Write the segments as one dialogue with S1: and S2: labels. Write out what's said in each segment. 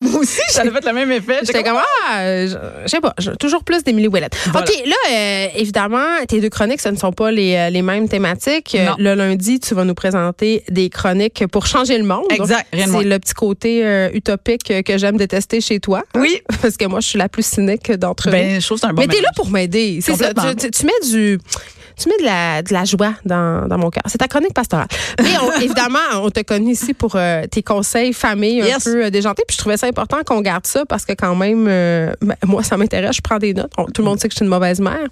S1: Moi aussi,
S2: J'avais fait le même effet.
S1: J'étais comme, ah, euh, je je sais pas, je- toujours plus d'Emily Ouellet.
S2: Voilà.
S1: OK, là, euh, évidemment, tes deux chroniques, ce ne sont pas les, euh, les mêmes thématiques. Euh,
S2: Non.
S1: Le lundi, tu vas nous présenter des chroniques pour changer le monde.
S2: Exact, rien de moins.
S1: C'est le petit côté euh, utopique euh, que j'aime détester chez toi. hein?
S2: Oui.
S1: Parce que moi, je suis la plus cynique d'entre nous.
S2: Ben, je trouve que c'est un bon
S1: Mais t'es
S2: mélange.
S1: là pour m'aider. C'est ça. Tu,
S2: Complètement.
S1: tu- tu mets du. Tu mets de la, de la joie dans, dans mon cœur. C'est ta chronique pastorale. Mais on- évidemment, on te connaît ici pour euh, tes conseils famille un
S2: Yes.
S1: peu euh, déjantés. Puis je trouvais ça important qu'on garde ça parce que quand même, euh, ben, moi, ça m'intéresse. Je prends des notes. On- tout le monde sait que je suis une mauvaise mère.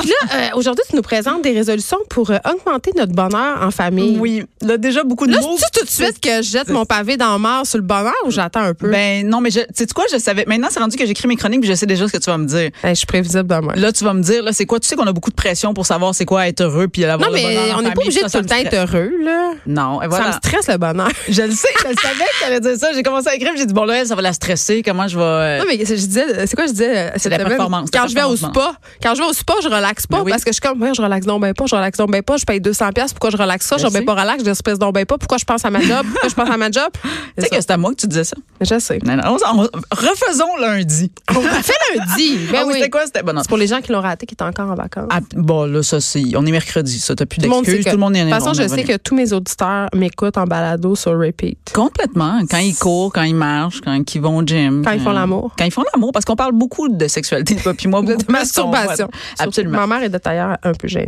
S1: Puis là, euh, aujourd'hui, tu nous présentes des résolutions pour euh, augmenter notre bonheur en famille.
S2: Oui. Là, déjà, beaucoup de
S1: Là,
S2: mots.
S1: c'est tout de suite que je jette mon pavé dans le mort sur le bonheur ou j'attends un peu?
S2: Ben, non, mais je, tu sais quoi, je savais. Maintenant, c'est rendu que j'écris mes chroniques puis je sais déjà ce que tu vas me dire.
S1: Hey, je suis prévisible dans moi.
S2: Là, tu vas me dire, là, c'est quoi? Tu sais qu'on a beaucoup de pression pour savoir c'est quoi être heureux puis avoir
S1: Non,
S2: le bonheur
S1: mais
S2: en
S1: on n'est pas
S2: famille,
S1: obligé de
S2: ça, ça me
S1: tout le temps être
S2: stresse.
S1: heureux, là.
S2: Non, et voilà.
S1: Ça me stresse le bonheur.
S2: Je le sais, je le savais que t'allais dire ça. J'ai commencé à écrire, j'ai dit, bon, là, elle, ça va la stresser. Comment je vais. euh,
S1: Non, mais c'est- je disais, c'est quoi je disais euh, cette
S2: la
S1: semaine?
S2: performance,
S1: Quand
S2: la
S1: je vais au
S2: performance.
S1: spa, quand je vais au spa, je relaxe pas
S2: Ben oui.
S1: parce que je suis comme, ouais, je relaxe donc ben pas, je relaxe donc ben pas, je paye 200 pièces, pourquoi je relaxe ça,
S2: Je
S1: je ben
S2: sais.
S1: pas relax, je stresse donc ben pas, pourquoi je pense à ma job, pourquoi je pense à ma job.
S2: Tu sais que c'est à moi que tu disais ça.
S1: Je sais.
S2: Non, non, on- on- refaisons lundi.
S1: Fais lundi. Ben
S2: Ah oui,
S1: oui.
S2: c'était quoi? C'était. Bon, non.
S1: C'est pour les gens qui l'ont raté, qui étaient encore en vacances.
S2: Ah, bon, là, ça, c'est. On est mercredi, ça. T'as plus d'excuses.
S1: que-
S2: Tout le monde est
S1: De toute façon,
S2: on est
S1: je sais
S2: revenu.
S1: que tous mes auditeurs m'écoutent en balado sur repeat.
S2: Complètement. Quand ils courent, quand ils marchent, quand ils vont au gym.
S1: Quand ils font l'amour.
S2: Quand ils font l'amour, parce qu'on parle beaucoup de sexualité, toi puis moi,
S1: De,
S2: beaucoup
S1: de
S2: plus qu'on-
S1: masturbation.
S2: Absolument.
S1: Ma mère est de tailleur un peu gênée.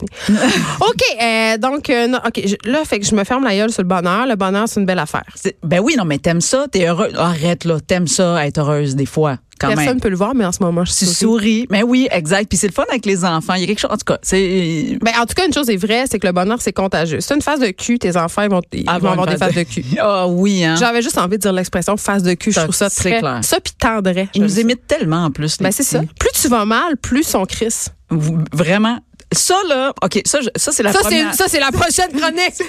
S1: OK, euh, donc euh, non, OK, je- là fait que je me ferme la gueule sur le bonheur, le bonheur c'est une belle affaire.
S2: C'est- Ben oui, non, mais t'aimes ça, t'es heureux. Arrête, là, t'aimes ça, être heureuse des fois, quand
S1: Personne
S2: même.
S1: peut le voir mais en ce moment je
S2: Tu
S1: suis souris.
S2: souris. Mais oui, exact. Puis c'est le fun avec les enfants. Il y a quelque chose, en tout cas, c'est...
S1: Ben, en tout cas, une chose est vraie, c'est que le bonheur, c'est contagieux. C'est une phase de cul, tes enfants, ils vont, ils vont avoir
S2: une
S1: des
S2: phase
S1: phases de cul.
S2: Ah oui, hein.
S1: J'avais juste envie de dire l'expression phase de cul. Je
S2: Ça,
S1: trouve ça
S2: c'est
S1: très
S2: clair.
S1: Ça, puis tendrait.
S2: Ils nous imitent tellement, en plus. les
S1: Ben, c'est ça.
S2: petits.
S1: Plus tu vas mal, plus son crisse.
S2: V- Vraiment. Ça, là, OK, ça, je- ça c'est la
S1: Ça, c'est,
S2: première...
S1: ça, c'est la prochaine chronique.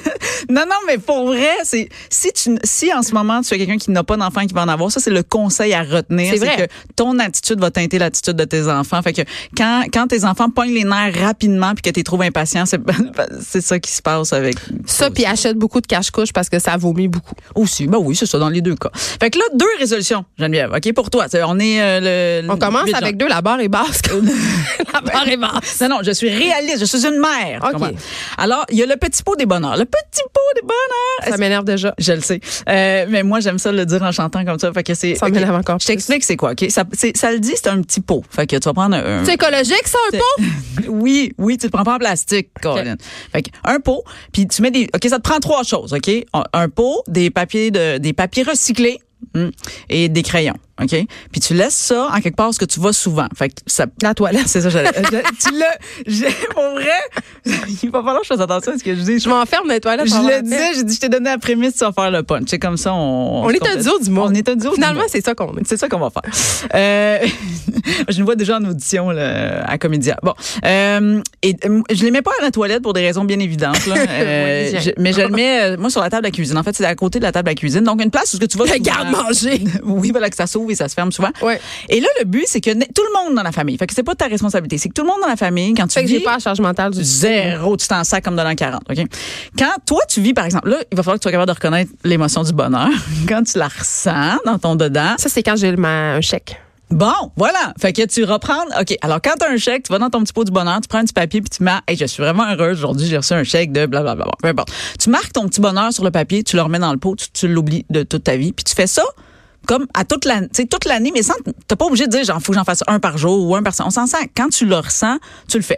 S2: Non, non, mais pour vrai, c'est si tu si en ce moment tu es quelqu'un qui n'a pas d'enfant et qui va en avoir, ça c'est le conseil à retenir,
S1: C'est vrai.
S2: que ton attitude va teinter l'attitude de tes enfants. Fait que quand quand tes enfants pognent les nerfs rapidement puis que tu es trop impatient, c'est c'est ça qui se passe avec
S1: ça, puis achète beaucoup de cache-couche parce que ça vomit beaucoup.
S2: aussi. Ben oui, c'est ça dans les deux cas. Fait que là deux résolutions, Geneviève. OK pour toi, C'est- on est euh, le
S1: On commence
S2: le-
S1: avec deux, la barre est basse. la barre est basse.
S2: Non, non, je suis réaliste, je suis une mère.
S1: OK.
S2: tu comprends? Alors, il y a le petit pot des bonheurs. Le petit pot des bonheurs.
S1: Ça m'énerve déjà.
S2: Je le sais. Euh, mais moi, j'aime ça le dire en chantant comme ça. Fait que c'est.
S1: Ça
S2: ok.
S1: m'énerve encore
S2: Je
S1: plus.
S2: t'explique c'est quoi, OK? Ça, c'est- ça le dit, c'est un petit pot. Fait que tu vas prendre un.
S1: C'est écologique, ça, un pot?
S2: Oui, oui, tu le prends pas en plastique, Colin. Fait que un pot, puis tu mets des. OK, ça te prend trois choses, OK? Un, un pot, des papiers de, des papiers recyclés. hum, et des crayons, OK? Puis tu laisses ça en quelque part ce que tu vas souvent. Fait que ça
S1: La toilette.
S2: c'est ça j'allais je- tu l'as j'ai- pour vrai, il va falloir que je fasse attention à ce que je dis.
S1: Je m'enferme dans les toilettes.
S2: Je
S1: pendant la
S2: le
S1: pelle.
S2: disais, j'ai dit, je t'ai donné la prémisse, tu vas faire le punch. C'est comme ça, on.
S1: On est un
S2: complète.
S1: duo du monde.
S2: On est un duo du
S1: Finalement,
S2: monde.
S1: c'est ça qu'on est.
S2: C'est ça qu'on va faire. Euh, je nous vois déjà en audition là, à Comédia. Bon, euh, et euh, je les mets pas à la toilette pour des raisons bien évidentes. là. Euh,
S1: Oui, j'ai-
S2: je- mais je le mets, euh, moi, sur la table de la cuisine. En fait, c'est à côté de la table de la cuisine. Donc, une place où ce que tu vas.
S1: Le
S2: souvent.
S1: garde-manger.
S2: Oui, voilà que ça s'ouvre et ça se ferme souvent.
S1: Ouais.
S2: Et là, le but, c'est que ne- tout le monde dans la famille. Fait que c'est pas ta responsabilité, c'est que tout le monde dans la famille, quand tu
S1: Fait que j'ai
S2: vis-
S1: pas la charge mentale du
S2: zéro, tu t'en sers comme de l'an 40. OK? Quand toi, tu vis, par exemple, là, il va falloir que tu sois capable de reconnaître l'émotion du bonheur quand tu la ressens dans ton dedans.
S1: Ça, c'est quand j'ai ma- un chèque.
S2: Bon, voilà. Fait que tu reprends. OK. Alors, quand tu as un chèque, tu vas dans ton petit pot du bonheur, tu prends un petit papier puis tu mets, hey, je suis vraiment heureuse aujourd'hui, j'ai reçu un chèque de blablabla. Bon, peu importe. Tu marques ton petit bonheur sur le papier, tu le remets dans le pot, tu, tu l'oublies de toute ta vie puis tu fais ça comme à toute l'année, tu sais, toute l'année, mais sans, t'es pas obligé de dire, genre, faut que j'en fasse un par jour ou un par semaine. On s'en sent. Quand tu le ressens, tu le fais.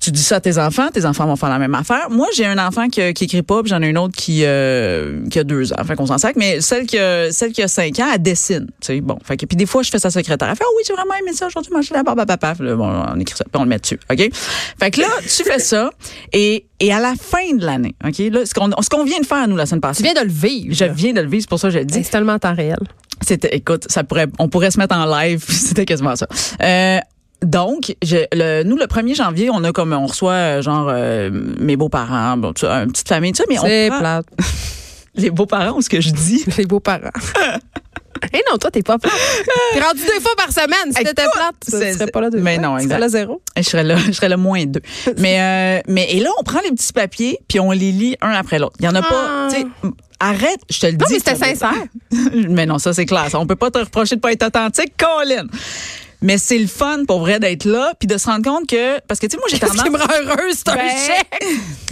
S2: Tu dis ça à tes enfants, tes enfants vont faire la même affaire. Moi, j'ai un enfant qui, qui écrit pas, puis j'en ai une autre qui, euh, qui a deux ans. Fait qu'on s'en sac. Mais celle qui a, celle qui a cinq ans, elle dessine. Tu sais, bon. Fait que, puis des fois, je fais sa secrétaire. Elle fait, oh oui, j'ai vraiment aimé ça aujourd'hui, manger la barbe à papa. Puis là, bon, on écrit ça, puis on le met dessus. OK? Fait que là, tu fais ça. Et, et à la fin de l'année, OK? Là, ce qu'on, ce qu'on vient de faire, nous, la semaine passée.
S3: Tu viens de le vivre.
S2: je viens de le vivre, c'est pour ça que je le dis.
S1: C'est tellement en temps réel.
S2: C'était, écoute, ça pourrait, on pourrait se mettre en live, puis c'était quasiment ça. Euh, donc, je- le, nous, le 1er janvier, on a comme, on reçoit, euh, genre, euh, mes beaux-parents, bon, tu vois, une petite famille, tu sais, mais
S1: C'est
S2: on prend-
S1: plate.
S2: les beaux-parents, ou ce que je dis.
S1: Les beaux-parents. Eh non, toi, t'es pas plate. T'es rendu deux fois par semaine. Si t'étais
S2: Écoute,
S1: plate, tu
S2: c'est-
S1: serais pas là deux
S2: mais
S1: fois.
S2: non,
S1: Tu serais
S2: exact.
S1: là zéro.
S2: Je serais là, je serais là moins deux. Mais, euh, mais, et là, on prend les petits papiers, puis on les lit un après l'autre. Il y en a
S1: Ah.
S2: pas, tu sais, arrête, je te le dis.
S1: Non, mais c'était
S2: ça va-
S1: sincère.
S2: mais non, ça c'est classe. On peut pas te reprocher de pas être authentique, Colin. Mais c'est le fun pour vrai d'être là, puis de se rendre compte que parce que tu sais moi j'ai
S1: Qu'est-ce
S2: tendance
S1: qui me rend heureuse, c'est un
S2: Ben,
S1: chèque.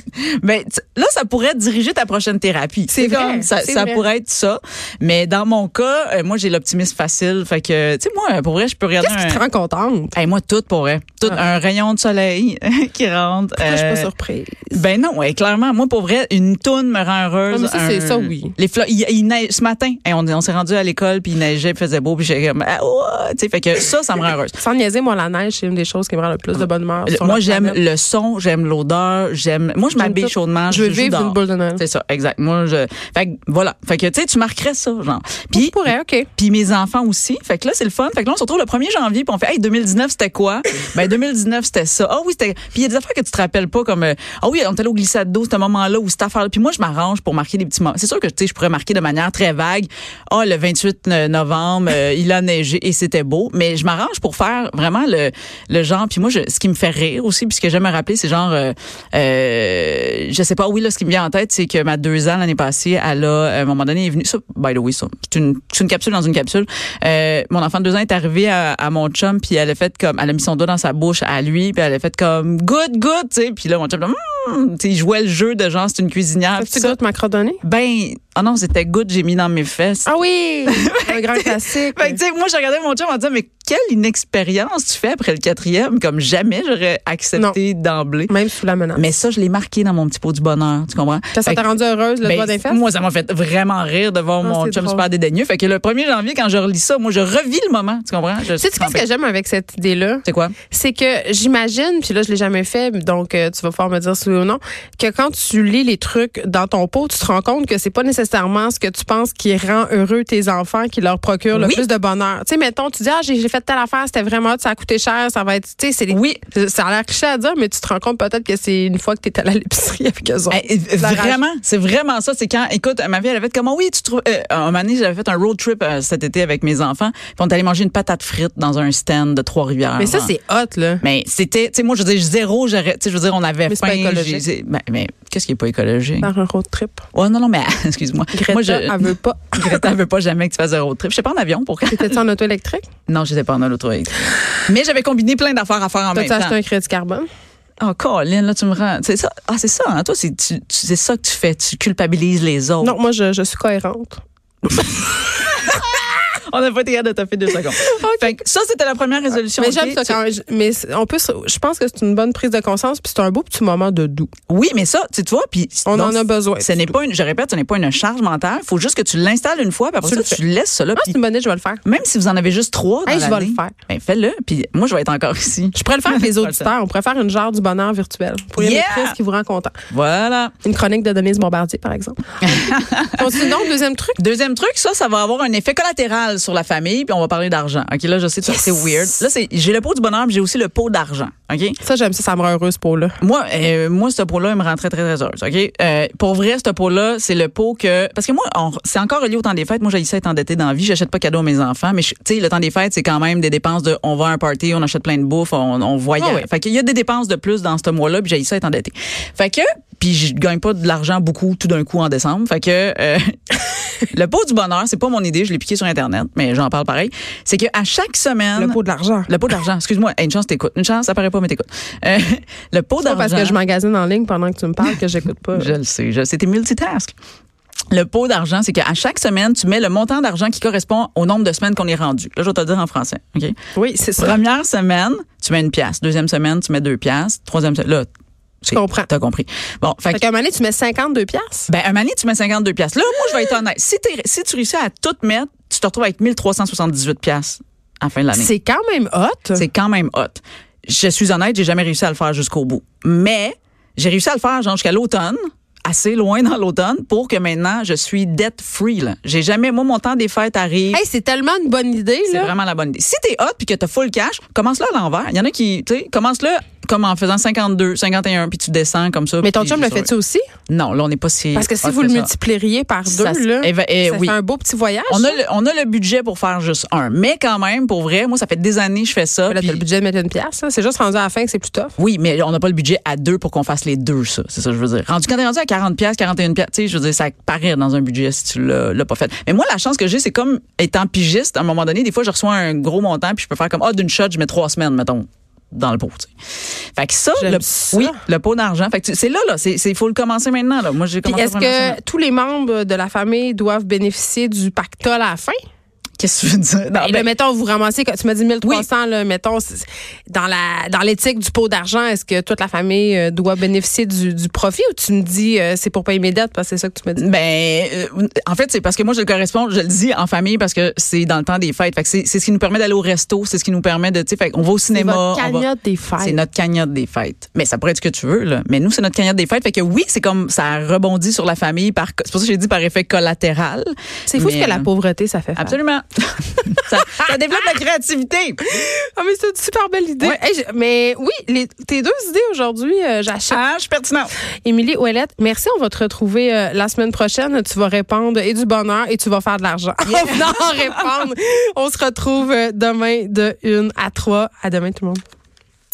S2: ben, tu- là, ça pourrait diriger ta prochaine thérapie.
S1: C'est vrai,
S2: comme ça,
S1: c'est
S2: ça
S1: vrai.
S2: pourrait être ça. Mais dans mon cas, euh, moi, j'ai l'optimisme facile. Fait que, tu sais, moi, pour vrai, je peux regarder.
S1: Qu'est-ce qui te
S2: un-
S1: rend contente?
S2: Hey, moi, tout pour vrai. Tout, un rayon de soleil qui rentre.
S1: Pourquoi Ah, Je suis pas
S2: euh,
S1: surprise.
S2: ben non, ouais, clairement, moi pour vrai, une toune me rend heureuse.
S1: Ah, mais ça, c'est
S2: Un-
S1: ça, oui.
S2: Les fleurs, il, il neige ce matin, hey, on, on s'est rendu à l'école puis il neigeait, puis faisait beau, puis j'ai comme ah, ouah, tu sais, fait que ça ça me rend heureuse.
S1: Sans niaiser, moi, la neige, c'est une des choses qui me rend le plus de bonne humeur.
S2: Le-
S1: sur
S2: Euh, moi
S1: la
S2: j'aime
S1: planète.
S2: le son, j'aime l'odeur, j'aime Moi je
S1: J'aime
S2: m'habille
S1: tout.
S2: chaudement,
S1: Je veux
S2: joue
S1: vivre
S2: dehors.
S1: une boule de neige.
S2: C'est ça, exact. Moi je fait que, voilà, fait que tu sais tu marquerais ça genre.
S1: Puis,
S2: Puis
S1: pourrais, OK.
S2: puis mes enfants aussi. Fait que là, c'est le fun. Fait que là, on se retrouve le 1er janvier, puis on fait, hey, 2019, c'était quoi? ben, 2019, c'était ça. Ah oui, c'était. Puis il y a des affaires que tu te rappelles pas, comme, euh, ah oui, on est allé au glissade d'eau, ce moment-là, ou cette affaire-là. Puis moi, je m'arrange pour marquer des petits moments. C'est sûr que, tu sais, je pourrais marquer de manière très vague. Ah, le 28 no- novembre, euh, il a neigé et c'était beau. Mais je m'arrange pour faire vraiment le, le genre. Puis moi, je- ce qui me fait rire aussi, puis ce que j'aime me rappeler, c'est genre, euh, euh, je sais pas, oui, là, ce qui me vient en tête, c'est que ma deux ans l'année passée, elle a, à un moment donné, est venue, ça, by the way, ça, c'est une, c'est une capsule dans une capsule. Euh, mon enfant de deux ans est arrivé à, à mon chum, puis elle a fait comme, elle a mis son doigt dans sa bouche à lui, puis elle a fait comme, good, good, tu sais, puis là, mon chum, Hum, tu sais, il jouait le jeu de genre, c'est une cuisinière,
S1: Tu
S2: puis ça.
S1: goûtes ma crotte de nez?
S2: Ben, ah non, c'était good, j'ai mis dans mes fesses.
S1: Ah oui! un grand classique.
S2: Fait que, tu sais, moi, je regardais mon chum en disant, mais quelle inexpérience tu fais après le quatrième, comme jamais j'aurais accepté d'emblée.
S1: Même sous la menace.
S2: Mais ça, je l'ai marqué dans mon petit pot du bonheur, tu comprends?
S1: Ça, ça
S2: Fait
S1: t'a
S2: que-
S1: rendu heureuse, le
S2: ben,
S1: doigt d'un fesses?
S2: moi, ça m'a fait vraiment rire de voir
S1: Ah,
S2: mon
S1: c'est
S2: chum
S1: drôle.
S2: super dédaigneux. Fait que le 1er janvier, quand je relis ça, moi, je revis le moment, tu comprends? Je
S1: Sais-tu qu'est-ce que j'aime avec cette idée-là?
S2: C'est quoi?
S1: C'est que j'imagine, puis là, je l'ai jamais fait, donc euh, tu vas pouvoir me dire si oui ou non, que quand tu lis les trucs dans ton pot, tu te rends compte que c'est pas nécessairement ce que tu penses qui rend heureux tes enfants, qui leur procure le
S2: Oui.
S1: plus de bonheur. Tu sais, mettons, tu dis, ah, j'ai j'ai fait telle affaire, c'était vraiment, hot, ça a coûté cher, ça va être, tu sais, c'est des-
S2: Oui.
S1: Ça a l'air cliché à dire, mais tu te rends compte peut-être que c'est une fois que t'es allé à l'épicerie avec eux autres.
S2: Eh, eh,
S1: La rage.
S2: vraiment, c'est vraiment ça. C'est quand, écoute, ma fille, elle avait fait comment? Oui, tu trouves. euh, un moment donné, j'avais fait un road trip euh, cet été avec mes enfants. Puis on est allé manger une patate frite dans un stand de Trois-Rivières.
S1: mais ça,
S2: genre.
S1: c'est hot, là.
S2: Mais c'était, tu sais, moi, je veux dire, zéro, j'aurais, tu sais, je veux dire, on avait
S1: Mais c'est
S2: faim.
S1: pas écologique.
S2: j'ai- ben, mais qu'est-ce qui est pas écologique?
S1: Par un road trip.
S2: Oh non, non, mais excuse-moi.
S1: Greta,
S2: Moi, je.
S1: elle veut pas.
S2: Greta veut pas jamais que tu fasses un road trip. Je sais pas en avion, pourquoi?
S1: T'étais-tu en auto électrique?
S2: Non, j'étais pas en auto Mais j'avais combiné plein d'affaires à faire en même
S1: T'as-tu acheté
S2: temps.
S1: un crédit carbone?
S2: Oh, Colin, là, tu me rends. C'est ça. Ah, c'est ça, hein. Toi, c'est, tu, tu- c'est ça que tu fais. Tu culpabilises les autres.
S1: Non, moi, je, je suis cohérente.
S2: On n'a pas été capable de taper deux secondes. Fait que ça, c'était la première résolution.
S1: Mais j'aime
S2: ok?
S1: ça
S2: Tu-
S1: quand même. Mais c'est- on peut, se- je pense que c'est une bonne prise de conscience, puis c'est un beau petit moment de doux.
S2: Oui, mais ça, tu tu vois, puis.
S1: On
S2: donc,
S1: en a besoin.
S2: Ce n'est pas une, je répète, ce n'est pas une charge mentale. Il faut juste que tu l'installes une fois, puis après
S1: Tu
S2: ça,
S1: le
S2: tu laisses ça là.
S1: Ah,
S2: puis
S1: c'est une bonne idée, je vais le faire.
S2: même si vous en avez juste trois dans
S1: Hey, je vais
S2: l'année,
S1: le faire.
S2: ben, fais-le. Puis moi, je vais être encore ici.
S1: Je pourrais le faire avec les auditeurs. On pourrait faire une genre du bonheur virtuel pour les
S2: Yeah!
S1: maîtrises qui vous rendent content.
S2: Voilà.
S1: Une chronique de Denise Bombardier, par exemple. Continue donc, deuxième truc.
S2: Deuxième truc, ça, ça va avoir un effet collatéral sur la famille, puis on va parler d'argent. OK, là, je sais, tu- c'est weird. Là, c'est, j'ai le pot du bonheur, puis j'ai aussi le pot d'argent. OK?
S1: Ça, j'aime ça, ça me rend heureuse pour là.
S2: Moi, euh, moi, ce pot-là, il me rend très, très, très heureuse. OK? Euh, pour vrai, ce pot-là, c'est le pot que. Parce que moi, on- c'est encore lié au temps des fêtes. Moi, j'ai ça être endettée dans la vie. J'achète pas cadeau à mes enfants. Mais, je- tu sais, le temps des fêtes, c'est quand même des dépenses de. On va à un party, on achète plein de bouffe, on, on voyage.
S1: Ah ouais.
S2: Fait qu'il y a des dépenses de plus dans ce mois-là, puis j'ai ça être endettée. Fait que. Puis je gagne pas de l'argent beaucoup tout d'un coup en décembre. Fait que. euh, le pot du bonheur, c'est pas mon idée. Je l'ai piqué sur Internet, mais j'en parle pareil. C'est que à chaque semaine.
S1: Le pot de l'argent.
S2: Le pot d'argent, excuse-moi. Hey, Une chance, t'écoutes. Une chance, ça paraît pas, mais t'écoutes. Euh, le pot
S1: C'est pas
S2: d'argent.
S1: parce que je magasine en ligne pendant que tu me parles que j'écoute pas.
S2: Je le sais, je le sais. T'es multitask. Le pot d'argent, c'est qu'à chaque semaine, tu mets le montant d'argent qui correspond au nombre de semaines qu'on est rendu. Là, je vais te le dire en français. OK?
S1: Oui, c'est ça.
S2: Première semaine, tu mets une pièce. Deuxième semaine, tu mets deux pièces. Troisième semaine, là,
S1: Je comprends.
S2: T'as compris. Bon, fait,
S1: Fait
S2: que,
S1: qu'à un moment donné, tu mets 52 piastres.
S2: ben, un mané, tu mets 52 pièces. Là, moi, je vais être honnête. Si, t'es- si tu réussis à tout mettre, tu te retrouves avec 1378 pièces à la fin de l'année.
S1: Ben, C'est quand même hot.
S2: C'est quand même hot. Je suis honnête, j'ai jamais réussi à le faire jusqu'au bout. Mais j'ai réussi à le faire genre jusqu'à l'automne, assez loin dans l'automne, pour que maintenant je suis debt free. là. J'ai jamais, moi, mon temps des fêtes arrive.
S1: Hey, c'est tellement une bonne idée,
S2: c'est
S1: là.
S2: vraiment la bonne idée. Si t'es hot puis que t'as full cash, commence-le à l'envers. Il y en a qui, tu sais, commence-le comme en faisant 52, 51, puis tu descends comme ça.
S1: Mais ton
S2: puis
S1: chum le
S2: ça-
S1: fait-tu aussi?
S2: Non, là, on n'est pas si.
S1: Parce que si
S2: hot
S1: vous le
S2: ça.
S1: multiplieriez par deux,
S2: Ça se-
S1: là,
S2: eh ben, eh
S1: ça
S2: oui.
S1: fait un beau petit voyage.
S2: On a,
S1: ça.
S2: le, on a le budget pour faire juste un. Mais quand même, pour vrai, moi, ça fait des années que je fais ça.
S1: Là, t'as
S2: puis-
S1: le budget de mettre une pièce. là. C'est juste rendu à la fin que c'est plus tough.
S2: Oui, mais on n'a pas le budget à deux pour qu'on fasse les deux, ça. C'est ça que je veux dire. Rendu, quand t'es rendu à 40 pièces, 41 pièces, tu sais, je veux dire, ça paraît dans un budget si tu l'as l'as pas fait. Mais moi, la chance que j'ai, c'est comme étant pigiste, à un moment donné, des fois, je reçois un gros montant puis je peux faire comme, ah, d'une shot, je mets trois semaines, mettons, dans le pot, tu sais. Fait que ça,
S1: J'aime
S2: le,
S1: ça.
S2: oui, le pot d'argent. Fait que tu- c'est là, là. C'est, c'est, faut le commencer maintenant, là. Moi, j'ai
S1: Puis
S2: commencé
S1: est-ce
S2: la première semaine.
S1: que tous les membres de la famille doivent bénéficier du pactole à la fin?
S2: Qu'est-ce que tu veux dire? Non, ben,
S1: Et là, mettons, vous ramassez, quand tu m'as dit 1300, là, mettons, c'est- dans la dans l'éthique du pot d'argent, est-ce que toute la famille euh, doit bénéficier du, du profit ou tu me dis euh, c'est pour payer mes dettes parce que c'est ça que tu me dis?
S2: Ben, euh, en fait, c'est parce que moi, je le correspond, je le dis en famille parce que c'est dans le temps des fêtes. Fait que c'est c'est ce qui nous permet d'aller au resto, c'est ce qui nous permet de, tu sais, fait qu'on va au cinéma.
S1: votre
S2: on va-
S1: cagnotte des fêtes.
S2: C'est notre cagnotte des fêtes. Mais ça pourrait être ce que tu veux, là. Mais nous, c'est notre cagnotte des fêtes. Fait que oui, c'est comme, ça rebondit sur la famille par, c'est pour ça que j'ai dit par effet collatéral.
S1: C'est fou
S2: Mais,
S1: ce que la
S2: euh,
S1: pauvreté, ça fait. faire.
S2: Absolument. ça, ça développe la créativité.
S1: Ah, mais c'est une super belle idée.
S2: Ouais.
S1: Hey, je- mais oui, les- tes deux idées aujourd'hui, euh, j'achète.
S2: Ah, je suis pertinente.
S1: Émilie Ouellette, merci. On va te retrouver euh, la semaine prochaine. Tu vas répondre et du bonheur et tu vas faire de l'argent. On en répondre. On se retrouve euh, demain de 1 à 3. À demain, tout le monde.